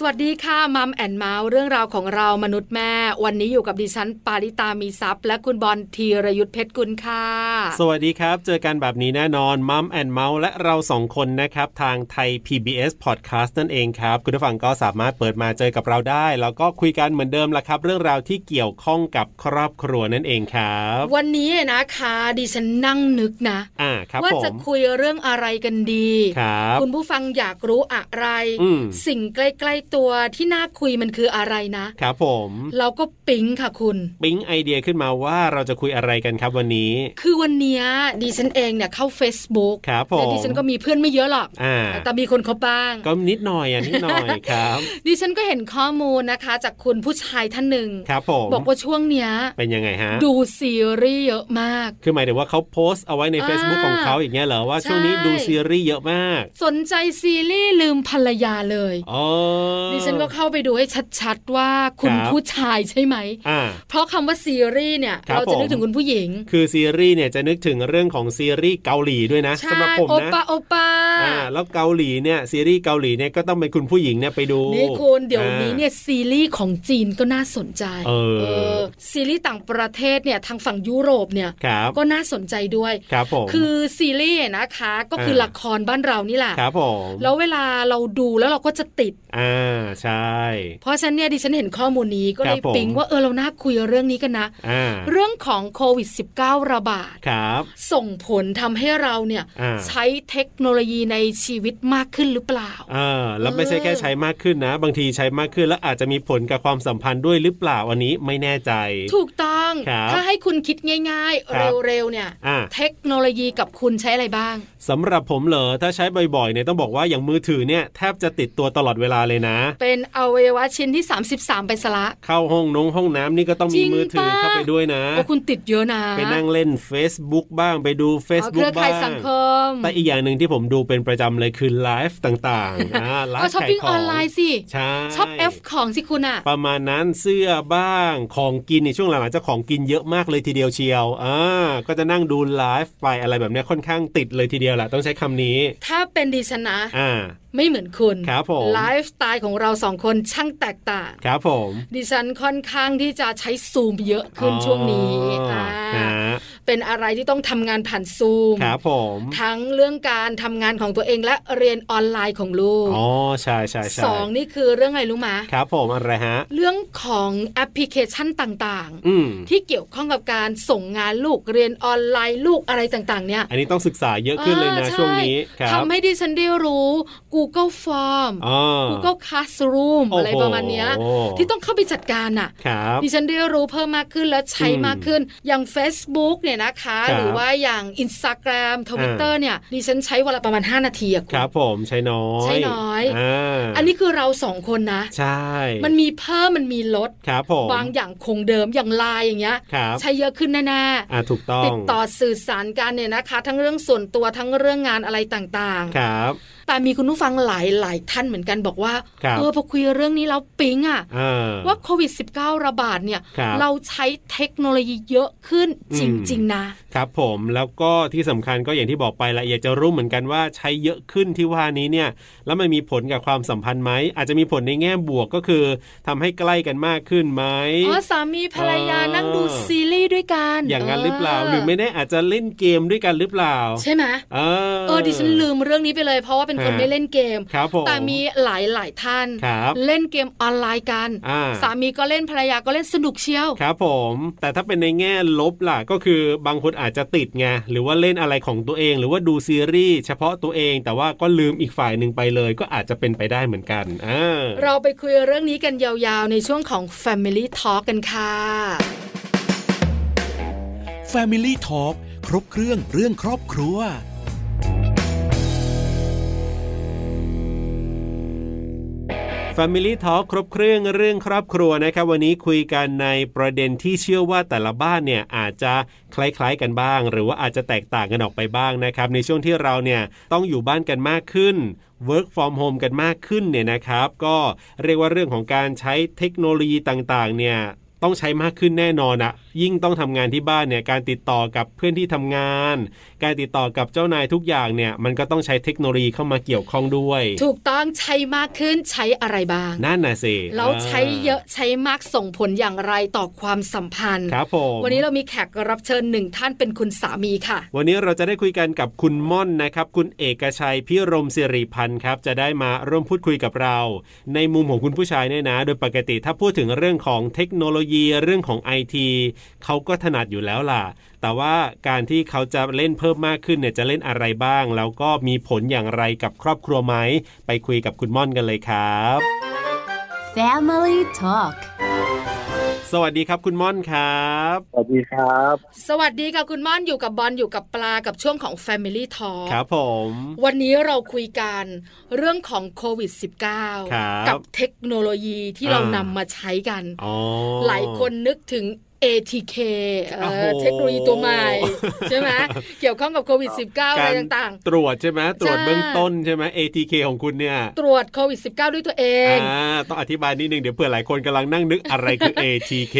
สวัสดีค่ะมัมแอนเมาส์เรื่องราวของเรามนุษย์แม่ วันนี้อยู่กับดิฉันปาริตามีซัพย์ และคุณบอลธีรยุทธเพชรกุลค่ะ สวัสดีครับ เจอกันแบบนี้แน่นอนมัมแอนเมาส์และเราสองคนนะครับ ทางไทย PBS Podcast นั่นเองครับ คุณผู้ฟังก็สามารถเปิดมาเจอกับเราได้ แล้วก็คุยกันเหมือนเดิมละครับ เรื่องราวที่เกี่ยวข้องกับครอบครัวนั่นเองครับ วันนี้นะคะดิฉันนั่งนึกนะ อ่าครับ ว่า ผม จะคุยเรื่องอะไรกันดี ครับ ณผู้ฟังอยากรู้อะไร อืม สิ่งใกล้ๆตัวที่น่าคุยมันคืออะไรนะ ครับผม เราก็ปิ๊งค่ะคุณ ปิ๊งไอเดียขึ้นมาว่าเราจะคุยอะไรกันครับวันนี้ คือวันเนี้ยดิฉันเองเนี่ยเข้า Facebook ครับผม แต่ดิฉันก็มีเพื่อนไม่เยอะหรอก อ่า แต่มีคนเขาบ้าง ก็นิดหน่อยอ่ะนิดหน่อยครับ ดิฉันก็เห็นข้อมูลนะคะ จากคุณผู้ชายท่านหนึ่ง ครับผม บอกว่าช่วงเนี้ย เป็นยังไงฮะ ดูซีรีส์เยอะมาก คือหมายถึงว่าเขาโพสต์เอาไว้ใน Facebook อ่า ของเขาอย่างเงี้ยเหรอว่า ใช่ ช่วงนี้ดูซีรีส์เยอะมาก สนใจซีรีส์ลืมภรรยาเลย อ๋อ ดิฉันก็เข้าไปดูให้ชัดๆว่าคุณ ครับ ผู้ชายใช่ไหม อ่า เพราะคำว่าซีรีส์เนี่ย ครับ เราจะนึกถึงคุณผู้หญิง คือซีรีส์เนี่ยจะนึกถึงเรื่องของซีรีส์เกาหลีด้วยนะ ใช่ สำหรับผม โอ นะ ปาโอปา อ่าแล้วเกาหลีเนี่ยซีรีส์เกาหลีเนี่ยก็ต้องเป็นคุณผู้หญิงเนี่ยไปดู นี่คุณเดี๋ยวนี้ อ่า เนี่ยซีรีส์ของจีนก็น่าสนใจ เออ ซีรีส์ต่างประเทศเนี่ยทางฝั่งยุโรปเนี่ย ครับ ก็น่าสนใจด้วย ครับผม คือซีรีส์นะคะก็คืออา ละครบ้านเรานี่แหละ ครับผม แล้วเวลาเราดูแล้วเราก็จะติด อ่าใช่ เพราะฉะนันเนี่ยดิฉันเห็นข้อมูลนี้ก็เลย ครับผม ปิ๊งว่าเออเราน่าคุยเรื่องนี้กันนะ อ่า เรื่องของโควิด -19 ระบาด ครับ ส่งผลทำให้เราเนี่ย อ่า ใช้เทคโนโลยีในชีวิตมากขึ้นหรือเปล่า เออแล้วไม่ใช่แค่ใช้มากขึ้นนะ บางทีใช้มากขึ้นแล้วอาจจะมีผลกับความสัมพันธ์ด้วยหรือเปล่าอันนี้ไม่แน่ใจ ถูกต้อง ครับ ถ้าให้คุณคิดง่าย ครับ ๆ เร็วๆเนี่ย อ่า เทคโนโลยีกับคุณใช้อะไรบ้าง สำหรับผมเหรอถ้าใช้บ่อยๆเนี่ยต้องบอกว่าอย่างมือถือเนี่ยแทบจะติดตัวตลอดเวลาเลยนะ เป็นอวัยวะชิ้นที่ 33 ไปสละ เข้าห้องนงห้องน้ำนี่ก็ต้อง จริ มี ง มือถือ ปะ เข้าไปด้วยนะ โอ้คุณติดเยอะนะ ไปนั่งเล่น Facebook บ้างไปดู เอาเครือ Facebook ข่า บ้าย ง สังคม แต่อีกอย่างหนึ่งที่ผมดูเป็นประจำเลยคือไลฟ์ต่าง ๆอ่าไล ก็ ฟ์ ช้อปปิ้งออนไลน์สิ ใช่ ช็อปเอฟของสิคุณอะ ประมาณนั้นเสื้อบ้างของกินในช่วงหลังๆเจะของกินเยอะมากเลยทีเดียวเชียวอ่าก็จะนั่งดูไลฟ์ไปอะไรแบบเนี้ยค่อนข้างติดเลยทีเดียวแหละต้องใช้คำนี้ ถ้าเป็นดิฉันนะ อ่า ไม่เหมือนคุณ ครับผม ไลฟ์สไตล์ของเราสองคนช่างแตกต่าง ครับผม ดิฉันค่อนข้างที่จะใช้ซูมเยอะขึ้นช่วงนี้ อ๋ออ่า อ่าเป็นอะไรที่ต้องทำงานผ่านซูม ครับผม ทั้งเรื่องการทำงานของตัวเองและเรียนออนไลน์ของลูก อ๋อใช่ใช่ใช่ สองนี่คือเรื่องอะไรรู้มะ ครับผมอะไรฮะ เรื่องของแอปพลิเคชันต่าง อืม ๆ ที่เกี่ยวข้องกับการส่งงานลูกเรียนออนไลน์ลูกอะไรต่างๆ เนี่ย อันนี้ต้องศึกษาเยอะขึ้นเลยนะ อ่า ช่วงนี้ ใช่ ครับ ทำให้ดิฉันได้รู้ Google Form อ๋อ Google Classroom โอ้โห อะไรประมาณเนี้ยที่ต้องเข้าไปจัดการน่ะ ครับ ดิฉันได้รู้เพิ่มมากขึ้นและใช้ อืม มากขึ้น อย่าง Facebook เนี่ยนะคะ ครับ หรือว่าอย่าง Instagram Twitter เนี่ย ดิฉันใช้เวลาประมาณ 5 นาทีอะคุ ค ณ รับผมใช้น้อย ใช้น้อย า อันนี้คือเราสองคนนะ ใช่ มันมีเพิ่มมันมีลด ครับผม บางอย่างคงเดิมอย่างไลน์อย่างเงี้ย ครับ ใช้เยอะขึ้นแน่ อ่าถูกต้อ ๆติ ง ดต่อสื่อสารกันเนี่ยนะคะ ทั้งเรื่องส่วนตัวทั้งเรื่องงานอะไรต่างๆ ครับ แต่มีคุณผู้ฟังหลายหลายท่านเหมือนกันบอกว่า ครับ เออพอคุยเรื่องนี้แล้วปิ๊งอ่ะ อ่า ว่าโควิด -19 ระบาดเนี่ย ครับ เราใช้เทคโนโลยีเยอะขึ้น อื จ ม ริง ๆ นะ ครับผมแล้วก็ที่สำคัญก็อย่างที่บอกไปละอยากจะรู้เหมือนกันว่าใช้เยอะขึ้นที่ว่านี้เนี่ย แล้วมันมีผลกับความสัมพันธ์ไหมอาจจะมีผลในแง่บวกก็คือทำให้ใกล้กันมากขึ้นไหม อ๋อสามีภรรยา เออ นั่งดูซีรีส์ด้วยกัน อย่างนั้นหรือเปล่าหรือไม่แน่อาจจะเล่นเกมด้วยกันหรือเปล่า ใช่ไหม เออ เออดิฉันลืมเรื่องนี้ไปเลย เพราะว่าเป็นคน ฮะ ไม่เล่นเกม ครับผม แต่มีหลายหลายๆท่าน ครับ เล่นเกมออนไลน์กัน อ่า สามีก็เล่นภรรยาก็เล่นสนุกเชียว ครับผม แต่ถ้าเป็นในแง่ลบล่ะก็คือบางคนอาจจะติดไงหรือว่าเล่นอะไรของตัวเอง หรือว่าดูซีรีส์เฉพาะตัวเอง แต่ว่าก็ลืมอีกฝ่ายหนึ่งไปเลย ก็อาจจะเป็นไปได้เหมือนกันอ่า เราไปคุยเรื่องนี้กันยาวๆ ในช่วงของ Family Talk กันค่ะ Family Talk ครบเครื่องเรื่องครอบครัว แฟมิลี่ทอครบเครื่องเรื่องครอบครัวนะครับ วันนี้คุยกันในประเด็นที่เชื่อว่าแต่ละบ้านเนี่ยอาจจะคล้ายๆกันบ้าง หรือว่าอาจจะแตกต่างกันออกไปบ้างนะครับ ในช่วงที่เราเนี่ยต้องอยู่บ้านกันมากขึ้น work from home กันมากขึ้นเนี่ยนะครับ ก็เรียกว่าเรื่องของการใช้เทคโนโลยีต่างๆ เนี่ย ต้องใช้มากขึ้นแน่นอนอะยิ่งต้องทำงานที่บ้านเนี่ยการติดต่อกับเพื่อนที่ทำงาน การติดต่อกับเจ้านายทุกอย่างเนี่ยมันก็ต้องใช้เทคโนโลยีเข้ามาเกี่ยวข้องด้วย ถูกต้องใช้มากขึ้นใช้อะไรบ้าง นั่นน่ะสิ แล้วใช้เยอะ า ใช้มากส่งผลอย่างไรต่อความสัมพันธ์ ครับผม วันนี้เรามีแขกรับเชิญหนึ่งท่านเป็นคุณสามีค่ะ วันนี้เราจะได้คุยกันกับคุณม่อนนะครับ คุณเอกชัยพิรมสิริพันธ์ครับจะได้มาร่วมพูดคุยกับเรา ในมุมของคุณผู้ชายเนี่ยนะ โดยปกติถ้าพูดถึงเรื่องของเทคโนโลยีเรื่องของไอทีเขาก็ถนัดอยู่แล้วล่ะ แต่ว่าการที่เขาจะเล่นเพิ่มมากขึ้นเนี่ยจะเล่นอะไรบ้าง แล้วก็มีผลอย่างไรกับครอบครัวไหมไปคุยกับคุณม่อนกันเลยครับ Family Talk สวัสดีครับคุณม่อนครับ สวัสดีครับ สวัสดีค่ะคุณม่อนอยู่กับบอลอยู่กับปลากับช่วงของ Family Talk ครับผม วันนี้เราคุยกันเรื่องของโควิด ครับ -19 กับเทคโนโลยีที่ อ่า เรานำมาใช้กัน อ๋อ หลายคนนึกถึง ATK เอ่อ โอ้โห เทคโนโลยีตัวใหม่ ใช่ไหมเกี่ยวข้องกับโควิด -19 อะไร การ ต่าง ตรวจใช่ไหมตรวจ ใช่ เบื้องต้นใช่ไหม ATK ของคุณเนี่ย ๆ ตรวจโควิด -19 ด้วยตัวเอง อ่าต้องอธิบายนิดนึงเดี๋ยวเผื่อหลายคนกำลังนั่งนึกอะไรคือ ATK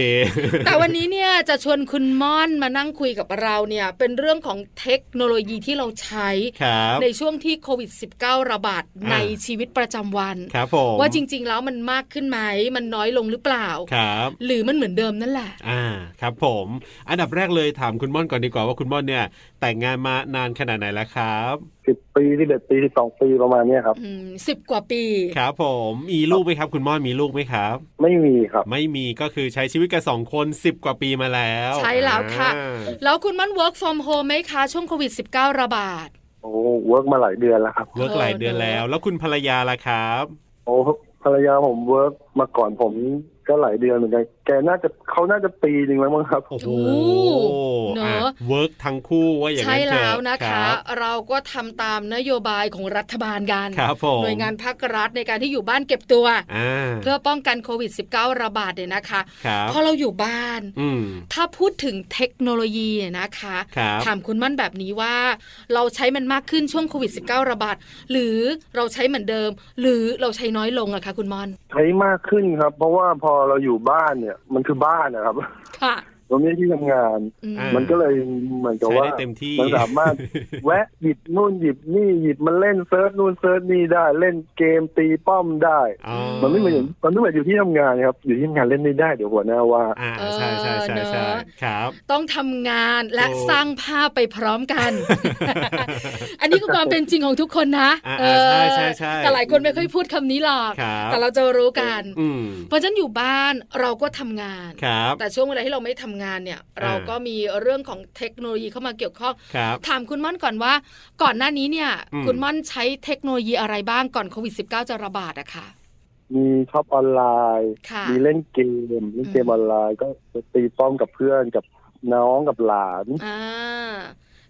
แต่วันนี้เนี่ยจะชวนคุณม่อนมานั่งคุยกับเราเนี่ยเป็นเรื่องของเทคโนโลยีที่เราใช้ ครับ ในช่วงที่โควิด -19 ระบาด อ่า ในชีวิตประจำวัน ครับผม ว่าจริง ๆ แล้วมันมากขึ้นไหม มันน้อยลงหรือเปล่า ครับ หรือมันเหมือนเดิมนั่นแหละ อ่าครับผม อันดับแรกเลยถามคุณม่อนก่อนดีกว่าว่าคุณม่อนเนี่ย แต่งงานมานานขนาดไหนแล้วครับ สิบปีสิบเอ็ดปีสิบสองปีประมาณเนี้ยครับ อืมสิบกว่าปี ครับผม มีลูกไหมครับ คุณม่อนมีลูกไหมครับ ไม่มีครับ ไม่มีก็คือใช้ชีวิตกันสองคน 10 กว่าปีมาแล้ว ใช่แล้วค่ะ อ่า แล้วคุณมัน work from home ไหมคะช่วงโควิด -19 ระบาด โอ้เวิร์กมาหลายเดือนแล้วครับ เลิกหลายเดือนแล้ว แล้วคุณภรรยาล่ะครับ โอ้ภรรยาผมเวิร์กมาก่อนผมก็หลายเดือนเหมือนกันแกน่าจะเขาน่าจะปีหนึ่งแล้วมั้งครับ โอ้โห โอ้เนอะ เวิร์กทั้งคู่ว่าอย่าง ใช่ นั้นเถอะ แล้วนะ ค คะ รับ เราก็ทำตามนโยบายของรัฐบาลกัน ครับผม หน่วยงานภาครัฐในการที่อยู่บ้านเก็บตัว อ่า เพื่อป้องกันโควิด -19 ระบาดเนี่ยนะคะ ครับ พอเราอยู่บ้าน อืม ถ้าพูดถึงเทคโนโลยีเนี่ยนะคะ ครับ ถามคุณมั่นแบบนี้ว่า เราใช้มันมากขึ้นช่วงโควิด -19 ระบาด หรือเราใช้เหมือนเดิม หรือเราใช้น้อยลงอะคะคุณมอน ใช้มากขึ้นครับ เพราะว่าพอเราอยู่บ้านเนี่ย มันคือบ้านนะครับ ค่ะ มันไม่ใช่ที่ทำงาน อืม อ่า มันก็เลยเหมือนกับ ใช้ ว่า ได้เต็มที่ มันสา มารถ แวะหยิบนู่นหยิบนี่หยิบมันเล่นเซิร์ชนู่นเซิร์ชนี่ได้ เล่นเกมตีป้อมได้ อ๋อ มันไม่เหมือนอยู่มันไม่เหมือนอยู่ที่ทำงานครับอยู่ที่ทำงานเล่นไม่ได้เดี๋ยวหัวหน้าว่า อ่าใช่ใช่ใช่ใช่ครับ ต้องทำงานและ โอ้ สร้างภาพไปพร้อม กัน อันนี้คือความเป็นจริงของทุกคนนะ อ่า เอ อ่า อ ใช่ใช่ใช่ แต่หลายคนไม่ค่อยพูดคำนี้หรอก ครับ แต่เราจะรู้กัน อืม เพราะฉะนั้นอยู่บ้านเราก็ทำงาน ครับ แต่ช่วงเวลาที่เราไม่ทำงานเนี่ย เราก็มีเรื่องของเทคโนโลยีเข้ามาเกี่ยวข้อง ครับ ถามคุณม่อนก่อนว่า ก่อนหน้านี้เนี่ย อืม คุณม่อนใช้เทคโนโลยีอะไรบ้างก่อนโควิด -19 จะระบาดอะค่ะ มีช็อปออนไลน์ ค่ะ มีเล่นเกมเล่นเกมออนไลน์ก็ไปตีป้อมกับเพื่อนกับน้องกับหลาน อ่า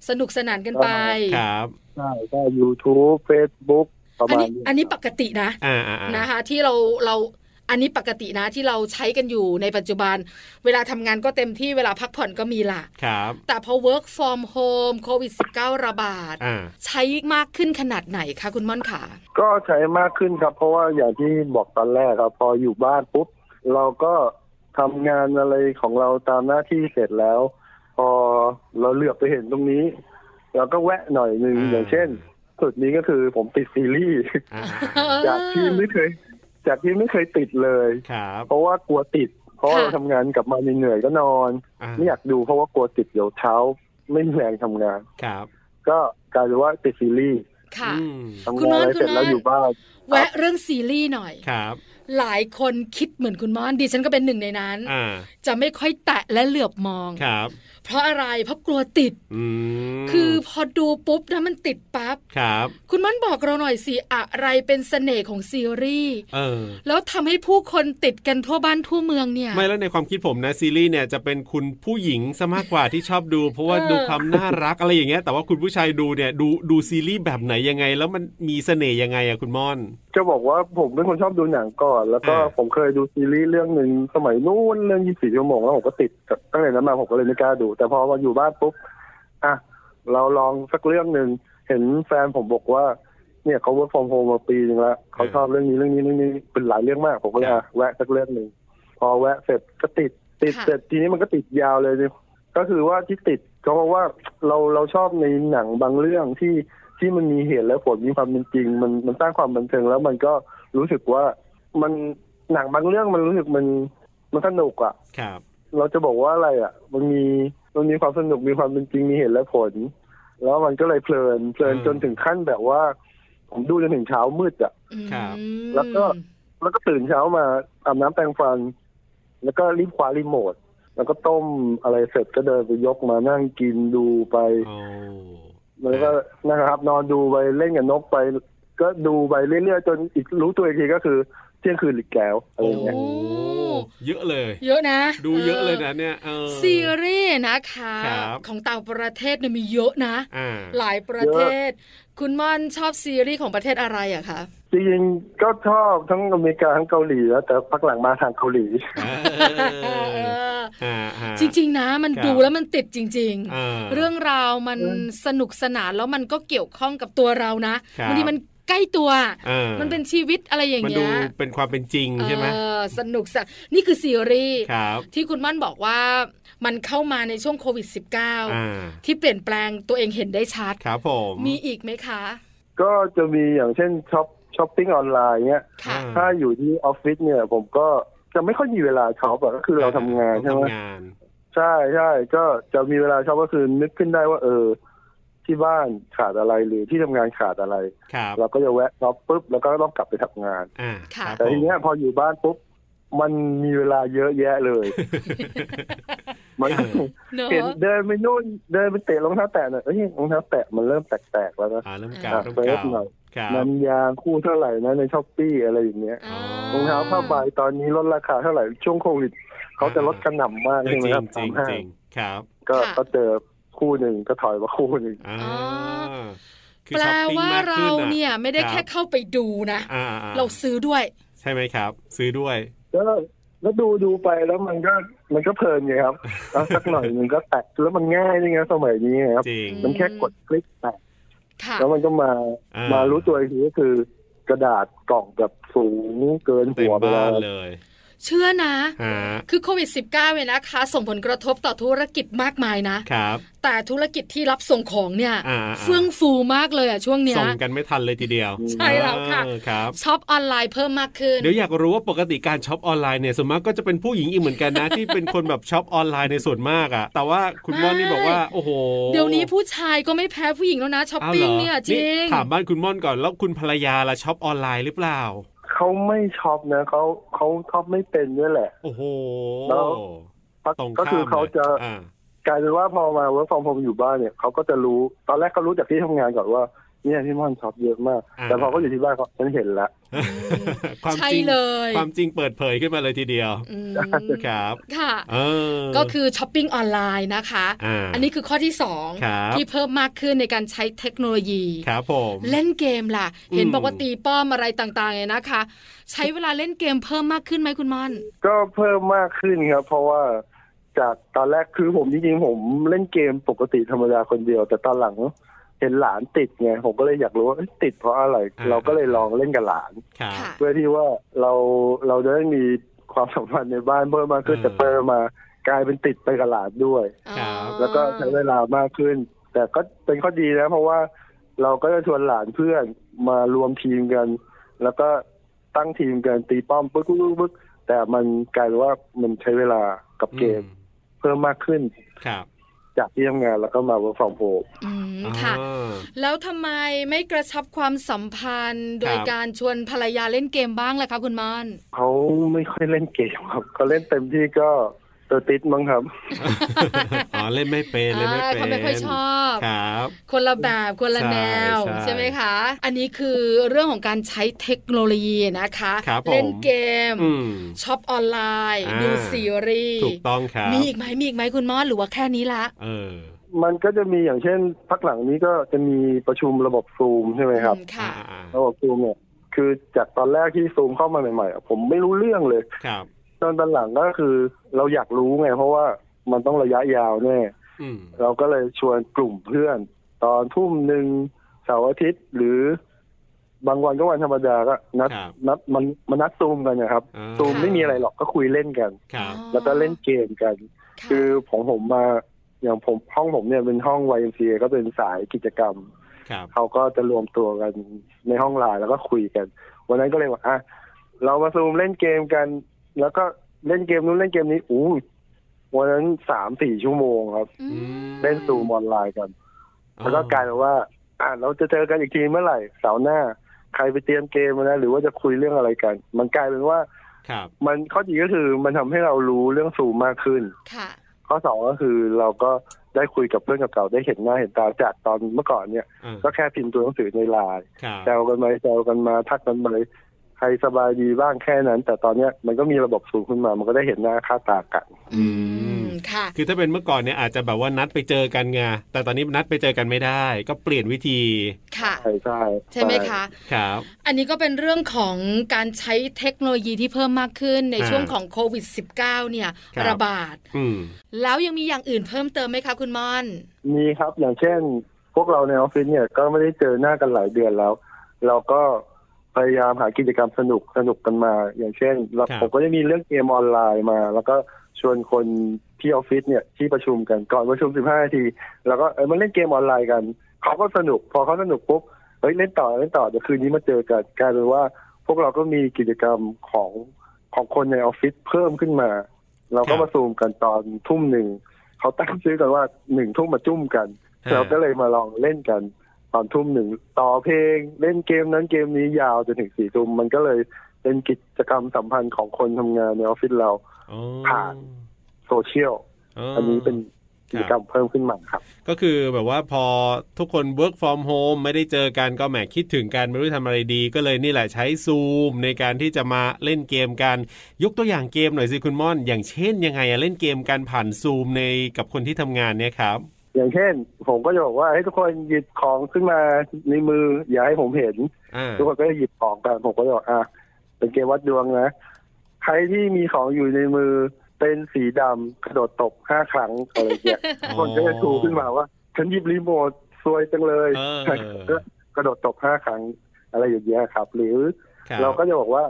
สนุกสนานกันไป ครับ ใช่ก็ YouTube Facebook ประ อัน มาณ นี้อันนี้ ค ป รับ กตินะ อ่าอ่าอ่า นะคะ ที่เราเราอันนี้ปกตินะที่เราใช้กันอยู่ในปัจจุบัน เวลาทำงานก็เต็มที่เวลาพักผ่อนก็มีละ ครับ แต่พอ work from home โควิด -19 ระบาด อ่า ใช้มากขึ้นขนาดไหนคะคุณม่อนขา ก็ใช้มากขึ้นครับ เพราะว่าอย่างที่บอกตอนแรกครับ พออยู่บ้านปุ๊บ เราก็ทำงานอะไรของเราตามหน้าที่เสร็จแล้ว พอเราเหลือบไปเห็นตรงนี้เราก็แวะหน่อยหนึ่ง อ่า อย่างเช่น สุดนี้ก็คือผมติดซีรีส์ อ่า จากที่ไม่เคย จากที่ไม่เคยติดเลย ครับ เพราะว่ากลัวติด เพราะว่าเราทำงานกลับมาเหนื่อยๆก็นอน อ่า ไม่อยากดูเพราะว่ากลัวติดเดี๋ยวเช้า ไม่มีแรงทำงาน ครับ ก็กลายเป็นว่าติดซีรีส์ ค่ะ อืม ทำ คุณ งาน นอน แล้วเสร็จ คุณนอน แล้วอยู่บ้าน แวะเรื่องซีรีส์หน่อย ครับ หลายคนคิดเหมือนคุณม่อนดิฉันก็เป็นหนึ่งในนั้น อ่า จะไม่ค่อยแตะและเหลือบมอง ครับ เพราะอะไรเพราะกลัวติด อืม คือพอดูปุ๊บนะมันติดปั๊บ ครับ คุณม่อนบอกเราหน่อยสิอะไรเป็นเสน่ห์ของซีรีส์ เออ แล้วทำให้ผู้คนติดกันทั่วบ้านทั่วเมืองเนี่ย ไม่แล้วในความคิดผมนะซีรีส์เนี่ยจะเป็นคุณผู้หญิงซะมากกว่าที่ชอบดู เพราะว่า เออ ดูความน่ารักอะไรอย่างเงี้ยแต่ว่าคุณผู้ชายดูเนี่ยดูดูซีรีส์แบบไหนยังไง แล้วมันมีเสน่ห์ยังไงอะคุณม่อน จะบอกว่าผมเป็นคนชอบดูหนังก่อน แล้วก็ อ่า ผมเคยดูซีรีส์เรื่องหนึ่งสมัยนู้นเรื่อง 24 ชั่วโมงแล้วผมก็ติดตั้งแต่นั้นมาผมก็เลยไม่กล้าดู แต่พอมาอยู่บ้านปุ๊บอ่ะเราลองสักเรื่องหนึ่งเห็นแฟนผมบอกว่า เนี่ยเขา work from home มาปีหนึงแล้วเขาชอบเรื่องนี้เรื่องนี้เรื่องนี้เป็นหลายเรื่องมากผมก็เลยอ่ะแวะสักเรื่องหนึ่งพอแวะเสร็จก็ติด ติด ค่ะ เสร็จทีนี้มันก็ติดยาวเลยเนี่ยก็คือว่าที่ติดก็เพราะว่าเราเราชอบในหนังบางเรื่องที่ที่มันมีเหตุและผลมีความเป็นจริง มันมันสร้างความบันเทิงแล้วมันก็รู้สึกว่ามันหนังบางเรื่องมันรู้สึกมันมันสนุกอะ ครับ เราจะบอกว่าอะไรอ่ะ มันมีมันมีความสนุกมีความเป็นจริงมีเหตุและผล แล้วมันก็เลยเพลินเพลิน อืม จนถึงขั้นแบบว่า ผมดูจนถึงเช้ามืดอ่ะ ครับ อืม แล้วก็ แล้วก็ตื่นเช้ามาอาบน้ำแปรงฟัน แล้วก็รีบคว้ารีโมทแล้วก็ต้มอะไรเสร็จก็เดินไปยกมานั่งกินดูไป โอ้ แล้วก็นะครับ นอนดูไปเล่นกับนกไป ก็ดูไปเรื่อยๆจนอีกรู้ตัวอีกทีก็คือเที่ยงคืนหรือแก้วอะไรอย่างเงี้ย โอ้ เยอะเลย เยอะนะ ดูเยอะเลยนะเนี่ยเออ ซีรีส์นะคะ ครับ ของต่างประเทศเนี่ยมีเยอะนะ อ่า หลายประเทศ คุณม่อนชอบซีรีส์ของประเทศอะไรอะคะ จริงๆก็ชอบทั้งอเมริกาทั้งเกาหลีแล้วแต่พักหลังมาทางเกาหลี เออ อ่าอ่า จริงๆนะมัน ครับ ดูแล้วมันติดจริง อ่า ๆ เรื่องราวมัน อืม สนุกสนานแล้วมันก็เกี่ยวข้องกับตัวเรานะครับ บางทีมันใกล้ตัว อ่า มันเป็นชีวิตอะไรอย่าง มันดู เงี้ย เป็นความเป็นจริงใช่ไหม เออสนุกสักนี่คือซีรีส์ ครับ ที่คุณม่อนบอกว่ามันเข้ามาในช่วงโควิด อ่า -19 ที่เปลี่ยนแปลงตัวเองเห็นได้ชัด ครับผม มีอีกไหมคะ ก็จะมีอย่างเช่นช็อปช้อปปิ้งออนไลน์เนี้ย ค่ะ ถ้าอยู่ที่ออฟฟิศเนี่ย ผมก็จะไม่ค่อยมีเวลาช็อปอะก็คือเราทำงาน เร ใช่ไหม ทำงาน ใช่ใช่ก็จะมีเวลาช็อปก็คือนึกขึ้นได้ว่า เออ ที่บ้านขาดอะไรหรือที่ทำงานขาดอะไร ครับ เราก็จะแวะช็อปปุ๊บแล้วก็ต้องกลับไปทำงาน อ่า ค่ะ รับ แต่ทีเนี้ย ผม พออยู่บ้านปุ๊บมันมีเวลาเยอะแยะเลย มันก็ เนอะ เห็นเดินไปนู่นเดินไปเตะรองเท้าแตะหน่อยเอ้ยรองเท้าแตะมันเริ่มแตกๆแล้วนะ อ่าเริ่มเก่า อ่ะ เริ่ม เปิ เก่า ดหน่อย ครับ น้ำยางคู่เท่าไหร่นะในช้อปปี้อะไรอย่างเงี้ย อ่า อ๋ รองเท้าผ้าใบตอนนี้ลดราคาเท่าไหร่ช่วงโควิดเขาจะลดกระหน่ำมาก เออ ใช่ไหม จริ คงจริงรับตามห้า จริ ง งครับ ก็ ค่ะ ก็เจอคู่หนึ่งก็ถอยมาคู่หนึ่ง อ่า อ๋อ คือ แปล ช้อปปิ้ว่ามงาก เรา ขึ้ะ เนี่ยไม่ได้แค่ รับ เข้าไปดูนะ อ่าอ่ เราซื้อด้วย ใช่ไหมครับ ซื้อด้วย แล้วแล้วดูดูไปแล้วมันก็มันก็เพลินไง ครับแล้วสักหน่อยหนึ่งก็แตะแล้วมันง่ายนี่ไงสมัยนี้ไงครับ จริง มันแค่กดคลิกแตะ ค่ะ แล้วมันก็มา อ่าม มารู้ตัวอีกทีก็คือกระดาษกล่องแบบสูงเกิน เต็ หั ม วไป บ้า แล้ว นเลย เชื่อนะ ฮะ คือโควิด -19 เนี่ยนะคะ ส่งผลกระทบต่อธุรกิจมากมายนะ ครับ แต่ธุรกิจที่รับส่งของเนี่ย อ่า เฟื่องฟูมากเลยอะช่วงเนี้ย ส่งกันไม่ทันเลยทีเดียว ใช่แล้วค่ะ เออครับ ช็อปออนไลน์เพิ่มมากขึ้น เดี๋ยวอยากรู้ว่าปกติการช็อปออนไลน์เนี่ยส่วนมากก็จะเป็นผู้หญิงอีกเหมือนกันนะ ที่เป็นคนแบบช็อปออนไลน์ในส่วนมากอะแต่ว่าคุณม่อนนี่บอกว่าโอ้โห เดี๋ยวนี้ผู้ชายก็ไม่แพ้ผู้หญิงแล้วนะช้อป อ้าวหร ปิ้ง อ เนี่ยจริง ถามบ้านคุณม่อนก่อนแล้วคุณภรรยาล่ะช็อปออนไลน์หรือเปล่า เขาไม่ช็อปนะเขาเขาช็อปไม่เป็นด้วยแหละ โอ้โห แล้ว ตรง ก็ ข้าม คือเขาจะ ลยอ่ กลายเป็นว่าพอมา work from home อยู่บ้านเนี่ยเขาก็จะรู้ตอนแรกเขารู้จากที่ทำงานก่อนว่าเนี่ยพี่ม่อนช็อปเยอะมาก แต่พอเขาอยู่ที่บ้านเขาฉันเห็นละ ความ ใช่ จริง เลย ความจริงเปิดเผยขึ้นมาเลยทีเดียว อืม ครับ ค่ะ เออ ก็คือช้อปปิ้งออนไลน์นะคะ า อันนี้คือข้อที่ 2 ครับ ที่เพิ่มมากขึ้นในการใช้เทคโนโลยี ครับผม เล่นเกมล่ะ เห็น อืม บอกว่าตีป้อมอะไรต่างๆเนี่ยนะคะ ใช้เวลาเล่นเกมเพิ่มมากขึ้นไหมคุณม่อน ก็เพิ่มมากขึ้นครับ เพราะว่าจากตอนแรกคือผมจริงๆผมเล่นเกมปกติธรรมดาคนเดียว แต่ตอนหลังเห็นหลานติดไงผมก็เลยอยากรู้ว่าเอ้ยติดเพราะอะไร อ่า เราก็เลยลองเล่นกับหลาน ครับ ค่ะ เพื่อที่ว่าเราเราจะได้มีความสัมพันธ์ในบ้านเพิ่มมากขึ้น เออ แต่เพิ่มมากลายเป็นติดไปกับหลานด้วย ครับ แล้วก็ใช้เวลามากขึ้น แต่ก็เป็นข้อดีนะเพราะว่าเราก็จะชวนหลานเพื่อนมารวมทีมกัน แล้วก็ตั้งทีมกันตีป้อมปึ๊กปึ๊กปึ๊กปึ๊กแต่มันกลายเป็นว่ามันใช้เวลากับเกม อื เพิ่มมากขึ้น ครับ จากที่ทำงานแล้วก็มา work from home อืมค่ะ อ่า แล้วทำไมไม่กระชับความสัมพันธ์ โดย ครับ การชวนภรรยาเล่นเกมบ้างล่ะคะคุณม่อน เขาไม่ค่อยเล่นเกมครับเขาเล่นเต็มที่ก็ตัวติดมั้งครับ อ๋อเล่นไม่เป็นเล่นไม่อ่าเป็นเขาไม่ค่อยชอบ ครับ คนละแบบคนละ ใช่ แนว ใช่ ไหมคะ อันนี้คือเรื่องของการใช้เทคโนโลยีนะคะ ครับผม เล่นเกม อืม ช็อปออนไลน์ อ่า ดูซีรีส์ ถูกต้องครับ มีอีกไหมมีอีกไหมคุณม่อนหรือว่าแค่นี้ละ เออ มันก็จะมีอย่างเช่นพักหลังนี้ก็จะมีประชุมระบบซูมใช่ไหมครับ อืม อ่า ค่ะ อ่า ระบบซูมเนี่ย คือจากตอนแรกที่ซูมเข้ามาใหม่ๆอ่ะผมไม่รู้เรื่องเลย ครับ ตอนตอนหลังก็คือเราอยากรู้ไงเพราะว่ามันต้องระยะยาวแน่ อืม เราก็เลยชวนกลุ่มเพื่อน ตอนทุ่มหนึ่งเสาร์อาทิตย์หรือ บางวันก็วันธรรมดาก็นัด ครับ นัดมันมันนัดซูมกันนะครับ อ่า ซูมไม่มีอะไรหรอกก็คุยเล่นกัน ครับ แล้วก็เล่นเกมกัน ะ คือของผมมาอย่างผมห้องผมเนี่ยเป็นห้อง YMCA ก็เป็นสายกิจกรรม ครับ เขาก็จะรวมตัวกันในห้องไลน์แล้วก็คุยกัน วันนั้นก็เลยว่าอ่ะเรามาซูมเล่นเกมกัน แล้วก็เล่นเกมนู้นเล่นเกมนี้อู้วันนั้นสามสี่ชั่วโมงครับ อืม เล่นซูมออนไลน์กัน แล้วก็กลายเป็นว่า อ่ะเราจะเจอกันอีกทีเมื่อไหร่เสาร์หน้า ใครไปเตรียมเกมมานะหรือว่าจะคุยเรื่องอะไรกัน มันกลายเป็นว่า ครับ มันข้อดีก็คือมันทำให้เรารู้เรื่องซูมมากขึ้น ค่ะ ข้อสองก็คือเราก็ได้คุยกับเพื่อนเก่าๆได้เห็นหน้าเห็นตาจากตอนเมื่อก่อนเนี่ย อ่า ก็แค่พิมพ์ตัวหนังสือในไลน์ ครับ แซวกันไปแซวกันมาทักกันไปใครสบายดีบ้างแค่นั้น แต่ตอนเนี้ยมันก็มีระบบสูงขึ้นมา มันก็ได้เห็นหน้าค่าตากัน อื อื ม มค่ะ คือถ้าเป็นเมื่อก่อนเนี่ยอาจจะแบบว่านัดไปเจอกันไงแต่ตอนนี้นัดไปเจอกันไม่ได้ ก็เปลี่ยนวิธี ค่ะ ใช่ใช่ ใช่ไหมคะ ครับ อันนี้ก็เป็นเรื่องของการใช้เทคโนโลยีที่เพิ่มมากขึ้นใน อ่า ช่วงของโควิด -19 เนี่ย ครับ ระบาด อืม แล้วยังมีอย่างอื่นเพิ่มเติมไหมคะคุณม่อน มีครับอย่างเช่น พวกเราในออฟฟิศเนี่ยก็ไม่ได้เจอหน้ากันหลายเดือนแล้ว เราก็พยายามหากิจกรรมสนุกสนุกกันมา อย่างเช่นเรา ครับ ผมก็จะมีเรื่องเกมออนไลน์มา แล้วก็ชวนคนที่ออฟฟิศเนี่ยที่ประชุมกันก่อนประชุม 15 นาที แล้วก็เออมันเล่นเกมออนไลน์กัน เขาก็สนุก พอเขาสนุกปุ๊บเฮ้ยเล่นต่อเล่นต่อเดี๋ยวคืนนี้มาเจอกันกลายเป็นว่า พวกเราก็มีกิจกรรมของของคนในออฟฟิศเพิ่มขึ้นมา เรา ครั ก็ บ มาซูมกันตอนทุ่มหนึ่งเขาตั้งชื่อกันว่าหนึ่งทุ่มมาจุ้มกัน ฮะ เราก็เลยมาลองเล่นกันตอนทุ่มหนึ่งต่อเพลง เล่นเกมนั้นเกมนี้ยาวจนถึงสี่ทุ่มมันก็เลยเป็นกิจกรรมสัมพันธ์ของคนทำงานในออฟฟิศเรา อ๋อ ผ่าน โซเชียลอันนี้เป็นกิจกรรมเพิ่มขึ้นมาครับ ก็คือแบบว่าพอทุกคน work from home ไม่ได้เจอกันก็แหมคิดถึงกันไม่รู้ทำอะไรดี ก็เลยนี่แหละใช้ซูมในการที่จะมาเล่นเกมกัน ยกตัวอย่างเกมหน่อยสิคุณม่อน อย่างเช่นยังไงอะเล่นเกมกันผ่านซูมในกับคนที่ทำงานเนี่ยครับ อย่างเช่น ผมก็จะบอกว่าให้ทุกคนหยิบของขึ้นมาในมืออย่าให้ผมเห็น อ่า ทุกคนก็จะหยิบของกันผมก็จะบอกอ่ะเป็นเกมวัดดวงนะ ใครที่มีของอยู่ในมือเป็นสีดำกระโดดตบห้าครั้งอะไร เงี้ย อ๋อ ทุกคนก็จะชูขึ้นมาว่า ฉันหยิบรีโมทซวยจังเลย เออ ก็กระโดดตบห้าครั้งอะไรอย่างเงี้ยครับ หรือ คบ เราก็จะบอกว่า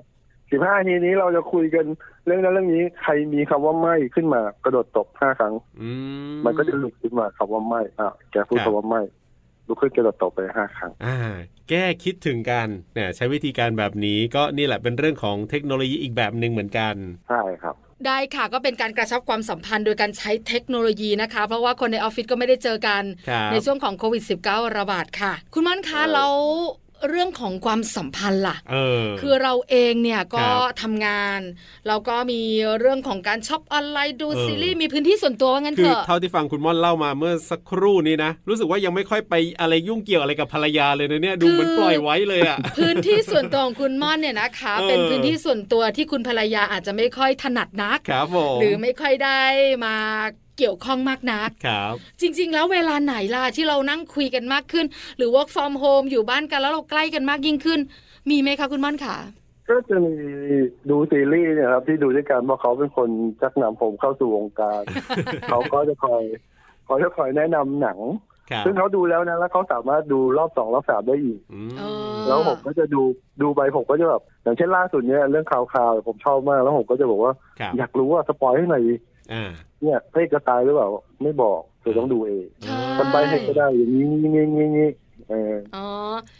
สิบห้าทีนี้เราจะคุยกันเรื่องนั้นเรื่องนี้ ใครมีคำว่าไม่ขึ้นมากระโดดตบห้าครั้ง อืม มันก็จะหลุดขึ้นมาคำว่าไม่อ่ะแกพูด ครับ คำว่าไม่ลุกขึ้นกระโดดตบไปห้าครั้ง อ่าแก้คิดถึงกันเนี่ยใช้วิธีการแบบนี้ก็นี่แหละเป็นเรื่องของเทคโนโลยีอีกแบบหนึ่งเหมือนกัน ใช่ครับ ได้ค่ะก็เป็นการกระชับความสัมพันธ์โดยการใช้เทคโนโลยีนะคะ เพราะว่าคนในออฟฟิศก็ไม่ได้เจอกัน ครับ ในช่วงของโควิด -19 ระบาดค่ะ คุณม่อนคะ ใช่ แล้วเรื่องของความสัมพันธ์ล่ะ เออ คือเราเองเนี่ยก็ ครับ ทำงานแล้วก็มีเรื่องของการช็อปออนไลน์ดู เออ ซีรีส์มีพื้นที่ส่วนตัวว่างั้น คื เถ อ อะ เท่าที่ฟังคุณม่อนเล่ามาเมื่อสักครู่นี้นะ รู้สึกว่ายังไม่ค่อยไปอะไรยุ่งเกี่ยวอะไรกับภรรยาเลยนะเนี่ยดูเหมือนปล่อยไว้เลยอ่ะ พื้นที่ส่วนตัวของคุณม่อนเนี่ยนะคะ เออ เป็นพื้นที่ส่วนตัวที่คุณภรรยาอาจจะไม่ค่อยถนัดนัก ครับผม หรือไม่ค่อยได้มาเกี่ยวข้องมากนัก ครับ จริง ๆ แล้วเวลาไหนล่ะที่เรานั่งคุยกันมากขึ้น หรือ work from home อยู่บ้านกันแล้วเราใกล้กันมากยิ่งขึ้น มีไหมคะคุณม่อนคะ ก็จะมีดูซีรีส์เนี่ยครับ ที่ดูด้วยกันเพราะเขาเป็นคนชักนำผมเข้าสู่วงการ เขาก็จะคอยเขาจะคอยแนะนำหนัง ครับ ซึ่งเขาดูแล้วนะแล้วเขาสามารถดูรอบสองรอบสามได้อีก อืม เออ แล้วผมก็จะดูดูไปผมก็จะแบบอย่างเช่นล่าสุดเนี่ยเรื่องข่าวข่าวผมชอบมาก แล้วผมก็จะบอกว่า ครับ อยากรู้ว่าสปอยให้หน่อยดิ อ่า เนี่ยพระเอกจะตายหรือเปล่าไม่บอกเธอต้องดูเอง ใช่ มันไปให้ก็ได้อย่างนี้นี่นี่นี่นี่เออ อ๋อ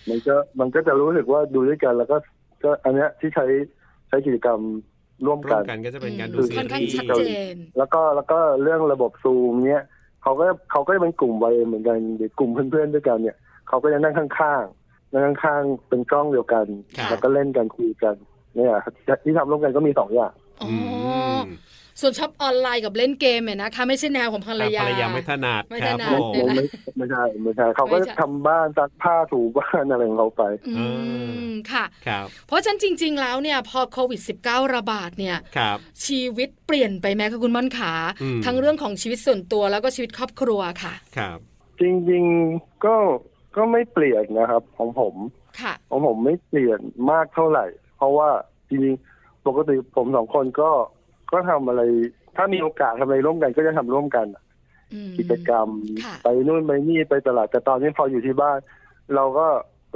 มันก็มันก็จะรู้สึกว่าดูด้วยกันแล้วก็ก็อันเนี้ยที่ใช้ใช้กิจกรรมร่วม ร่ว กั ม น กันก็จะเป็นการดู อืม ซี ค่อนข้าง รี ชัด ส์ เจน แล้วก็แล้วก็เรื่องระบบซูมเนี้ยเขาก็เขาก็จะเป็นกลุ่มวัยเหมือนกันหรือกลุ่มเพื่อนๆด้วยกันเนี่ยเขาก็จะนั่งข้างๆนั่งข้างๆเป็นกล้องเดียวกัน ค่ะ แล้วก็เล่นกันคุยกันเนี่ยที่ทำร่วมกันก็มีสองอย่าง อ๋อ อื อ ม ส่วนช็อปออนไลน์กับเล่นเกมเนี่ยนะคะ ไม่ใช่แนวของภรร แต่ ยา ภรรยาไม่ถนัด ไม่ ครับ ถนัด ผ ไมม่ไม่ไม่ไม่ใช่ไม่ใช่เขาก็ ไม่ใช่ ทำบ้านซักผ้าถูบ้านอะไรของเขาไป อื เอ ม อ ค่ะ ครับ เพราะฉะนั้นจริง ๆ แล้วเนี่ยพอโควิด -19 ระบาดเนี่ย ครับ ชีวิตเปลี่ยนไปไหมคะคุณม่อนขา อืม ทั้งเรื่องของชีวิตส่วนตัวแล้วก็ชีวิตครอบครัวค่ะ ครับ จริงๆก็ก็ไม่เปลี่ยนนะครับของผม ค่ะ ของผมไม่เปลี่ยนมากเท่าไหร่ เพราะว่าจริงๆปกติผมสองคนก็ก็ทำอะไร ถ้ามีโอกาสทำอะไรร่วมกันก็จะทำร่วมกัน อืม กิจกรรม ค่ะ ไปนู่นไปนี่ไปตลาดแต่ตอนนี้พออยู่ที่บ้าน เราก็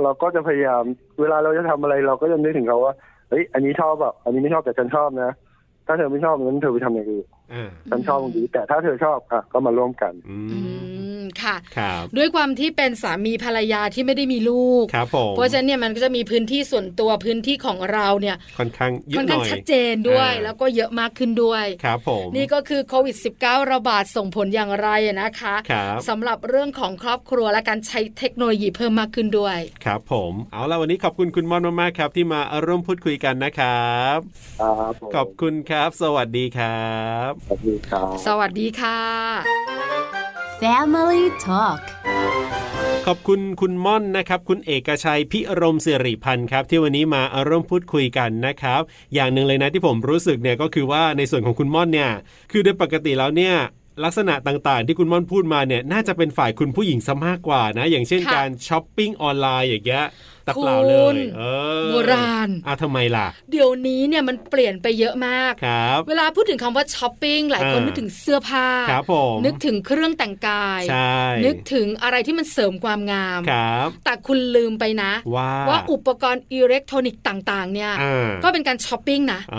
เราก็จะพยายามเวลาเราจะทำอะไร เราก็จะนึกถึงเขาว่าเฮ้ยอันนี้ชอบแบบอันนี้ไม่ชอบแต่ฉันชอบนะ ถ้าเธอไม่ชอบงั้นเธอไปทำอย่างอื่น อ่า ฉันชอบตรงนี้แต่ถ้าเธอชอบอ่ะก็มาร่วมกัน อื อื ม มค่ะ ครับ ด้วยความที่เป็นสามีภรรยาที่ไม่ได้มีลูก ครับผม เพราะฉะนั้นเนี่ยมันก็จะมีพื้นที่ส่วนตัวพื้นที่ของเราเนี่ย ค่อนข้างเย ค่อ อะ น ห ข้า น่ ง อย ชัดเจนด้วย อ่า แล้วก็เยอะมากขึ้นด้วย ครับผม นี่ก็คือโควิด -19 ระบาดส่งผลอย่างไรอะนะคะ ครับ สำหรับเรื่องของครอบครัวและการใช้เทคโนโลยีเพิ่มมากขึ้นด้วย ครับผมเอาล่ะวันนี้ขอบคุณคุณมอนมากๆครับ ที่มาร่วมพูดคุยกันนะครับ ครับผม ขอบคุณครับ สวัสดีครับ สวัสดีครับ สวัสดีค่ะ Family Talk ขอบคุณคุณม่อนนะครับ คุณเอกชัยพิรมสิริพันธ์ครับ ที่วันนี้มาร่วมพูดคุยกันนะครับ อย่างหนึ่งเลยนะที่ผมรู้สึกเนี่ยก็คือว่าในส่วนของคุณม่อนเนี่ยคือโดยปกติแล้วเนี่ยลักษณะต่างๆ ที่คุณม่อนพูดมาเนี่ยน่าจะเป็นฝ่ายคุณผู้หญิงซะมากกว่านะ อย่างเช่น ค่ะ การช้อปปิ้งออนไลน์อย่างเงี้ยตะเปล่าเล คุ ย ณ เออ โบราณ อ่ะทำไมล่ะ เดี๋ยวนี้เนี่ยมันเปลี่ยนไปเยอะมาก ครับ เวลาพูดถึงคำว่าช้อปปิ้งหลายคน อ่านึ นึกถึงเสื้อผ้า ครับผม นึกถึงเครื่องแต่งกาย ใช่ นึกถึงอะไรที่มันเสริมความงาม ครับ แต่คุณลืมไปนะ ว่า ว่าอุปกรณ์อิเล็กทรอนิกส์ต่าง ๆ เนี่ย อ่า ก็เป็นการช้อปปิ้งนะ เอ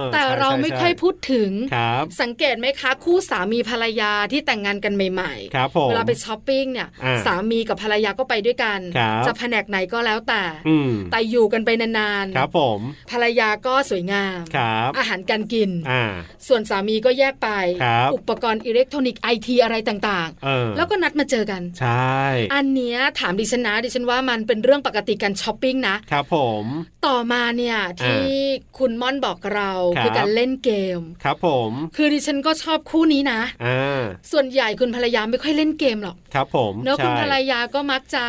อ แต่ ใช่ เรา ใช่ ไม่ ใช่ ค่อยพูดถึง ครับ สังเกตไหมคะ คู่สามีภรรยาที่แต่งงานกันใหม่ ครับผๆมเวลาไปช้อปปิ้งเนี่ย อ่า สามีกับภรรยาก็ไปด้วยกัน ครับ จะแผนกไหนก็แล้วแต่ อืม แต่อยู่กันไปนาน ครับผม ภรรยาก็สวยงาม ครับ อาหารการกิน อ่า ส่วนสามีก็แยกไป ครับ อุปกรณ์อิเล็กทรอนิกส์ไอทีอะไรต่าง เออ ๆ แล้วก็นัดมาเจอกัน ใช่ อันเนี้ยถามดิฉันนะดิฉันว่ามันเป็นเรื่องปกติการช้อปปิ้งนะ ครับผม ต่อมาเนี่ยที่คุณม่อนบอกเรา ครับ คือการเล่นเกม ครับผม คือดิฉันก็ชอบคู่นี้นะ อ่า ส่วนใหญ่คุณภรรยาไม่ค่อยเล่นเกมหรอก ครับผม เนอะ ใช่ คุณภรรยาก็มักจะ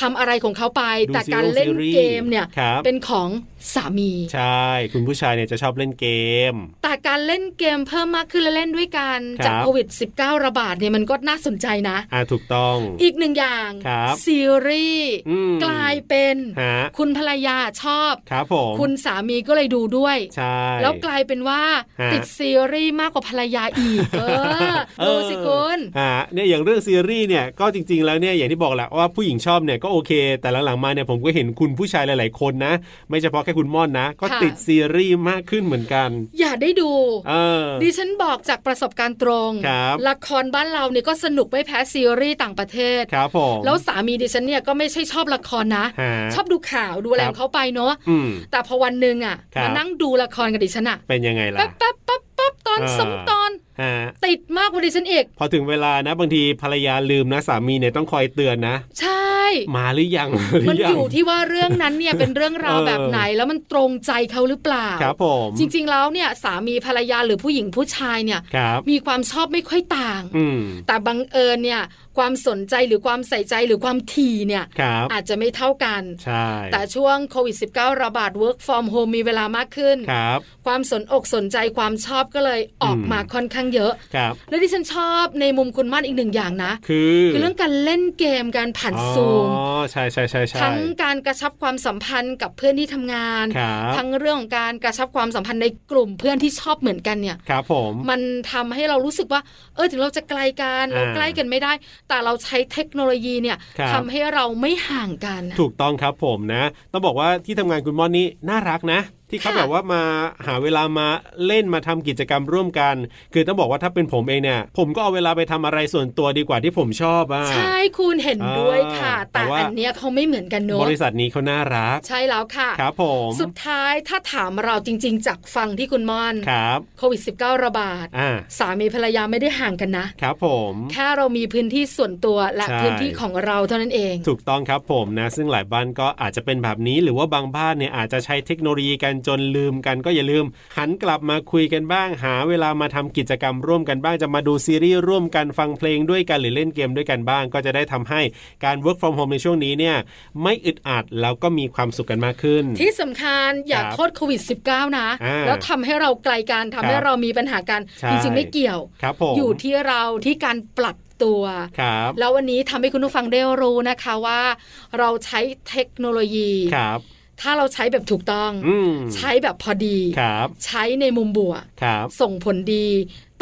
ทำอะไรของเขาไป ดู แต่การ ซี เล่น รีส์ เกมเนี่ย ครับ เป็นของสามี ใช่ คุณผู้ชายเนี่ยจะชอบเล่นเกม แต่การเล่นเกมเพิ่มมากขึ้นและเล่นด้วยกัน ครับ จากโควิด -19 ระบาดเนี่ยมันก็น่าสนใจนะ อ่าถูกต้อง อีกหนึ่งอย่าง ครับ ซีรีส์ อืม กลายเป็น ฮะ คุณภรรยาชอบ ครับผม คุณสามีก็เลยดูด้วย ใช่ แล้วกลายเป็นว่า ฮะ ติดซีรีส์มากกว่าภรรยาอีก เออดูสิคุณ เออฮะเนี่ยอย่างเรื่องซีรีส์เนี่ยก็จริง ๆ แล้วเนี่ยอย่างที่บอกแหละว่าผู้หญิงชอบเนี่ยก็โอเค แต่หลังๆมาเนี่ยผมก็เห็นคุณผู้ชายหลาย ๆ คนนะ ไม่เฉพาะแค่คุณม่อนนะ ก็ ค่ะ ติดซีรีส์มากขึ้นเหมือนกัน อย่าได้ดู เออ ดิฉันบอกจากประสบการณ์ตรง ครับ ละครบ้านเราเนี่ยก็สนุกไม่แพ้ซีรีส์ต่างประเทศ ครับผม แล้วสามีดิฉันเนี่ยก็ไม่ใช่ชอบละครนะ ฮะ ชอบดูข่าวดูอะไร คขรับ องเขาไปเนาะ อืม แต่พอวันหนึ่งอ่ะ ครับ มานั่งดูละครกับดิฉันอ่ะ เป็นยังไงล่ะ แป๊บแป๊บแป๊บแป๊บตอน เออ สองตอน ฮะ ติดมากกว่าดิฉันอีก พอถึงเวลานะบางทีภรรยาลืมนะสามีเนี่ยต้องคอยเตือนนะ ใช่ มาหรือยัง หรื มัน อยั อง ยู่ที่ว่าเรื่องนั้นเนี่ย เป็นเรื่องราว เออ แบบไหนแล้วมันตรงใจเขาหรือเปล่า ครับผม จริงๆแล้วเนี่ยสามีภรรยาหรือผู้หญิงผู้ชายเนี่ย ครับ มีความชอบไม่ค่อยต่าง อืม แต่บังเอิญเนี่ยความสนใจหรือความใส่ใจหรือความทีเนี่ย ครับ อาจจะไม่เท่ากัน ใช่ แต่ช่วงโควิด -19 ระบาด work from home มีเวลามากขึ้น ครับ ความสนอกสนใจความชอบก็เลยออก อืม มาค่อนข้างเยอะ ครับ และที่ฉันชอบในมุมคุณม่านอีกหนึ่งอย่างนะ คือ คือเรื่องการเล่นเกมการผ่านซูม อ๋อใช่ใช่ใช่ใช่ ทั้งการกระชับความสัมพันธ์กับเพื่อนที่ทำงาน ครับ ทั้งเรื่องของการกระชับความสัมพันธ์ในกลุ่มเพื่อนที่ชอบเหมือนกันเนี่ย ครับผม มันทำให้เรารู้สึกว่า เออถึงเราจะไกลกัน อ่า เราใกล้กันไม่ได้ แต่เราใช้เทคโนโลยีเนี่ย ครับ ทำให้เราไม่ห่างกันน่ะ ถูกต้องครับผมนะ ต้องบอกว่าที่ทำงานคุณม่อนนี่น่ารักนะ ที่เขา ค่ะ แบบว่ามาหาเวลามาเล่นมาทำกิจกรรมร่วมกัน คือต้องบอกว่าถ้าเป็นผมเองเนี่ย ผมก็เอาเวลาไปทำอะไรส่วนตัวดีกว่าที่ผมชอบอ่ะ ใช่คุณเห็นด้วยค่ะ อ่าแต่ แต่ ว่า อันเนี้ยเขาไม่เหมือนกันเน บ อะ ริษัทนี้เขาน่ารัก ใช่แล้วค่ะ ครับผม สุดท้ายถ้าถามเราจริง ๆ จากฟังที่คุณม่อน ครับ โควิด -19 ระบาด อ่า สามีภรรยาไม่ได้ห่างกันนะ ครับผม แค่เรามีพื้นที่ส่วนตัวและ ใช่ พื้นที่ของเราเท่านั้นเอง ถูกต้องครับผมนะ ซึ่งหลายบ้านก็อาจจะเป็นแบบนี้หรือว่าบางบ้านเนี่ยอาจจะใช้เทคโนโลยีกันจนลืมกันก็อย่าลืม หันกลับมาคุยกันบ้าง หาเวลามาทำกิจกรรมร่วมกันบ้างจะมาดูซีรีส์ร่วมกันฟังเพลงด้วยกันหรือเล่นเกมด้วยกันบ้าง ก็จะได้ทำให้การ work from home ในช่วงนี้เนี่ยไม่อึดอัดแล้วก็มีความสุขกันมากขึ้น ที่สำคัญอย่า ครับ โทษโควิด -19 นะ อ่า แล้วทำให้เราไกลกันทำให้ ครับ เรามีปัญหากัน ใช่ จริงๆไม่เกี่ยว ครับผม อยู่ที่เราที่การปรับตัว ครับ แล้ววันนี้ทำให้คุณผู้ฟังได้รู้นะคะว่า เราใช้เทคโนโลยี ครับ ถ้าเราใช้แบบถูกต้อง อืม ใช้แบบพอดี ครับ ใช้ในมุมบวก ครับ ส่งผลดี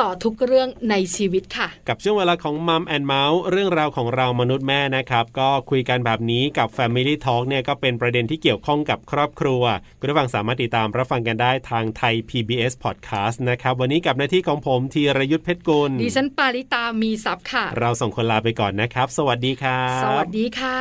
ต่อทุกเรื่องในชีวิตค่ะ กับช่วงเวลาของมัมแอนเมาส์เรื่องราวของเรามนุษย์แม่นะครับ ก็คุยกันแบบนี้กับ Family Talk เนี่ยก็เป็นประเด็นที่เกี่ยวข้องกับครอบครัว คุณผู้ฟังสามารถติดตามรับฟังกันได้ทางไทย PBS Podcast นะครับ วันนี้กับหน้าที่ของผมธีรยุทธเพชรกุล ดิฉันปาริตามีซับค่ะ เราส่งคนลาไปก่อนนะครับ สวัสดีครับ สวัสดีค่ะ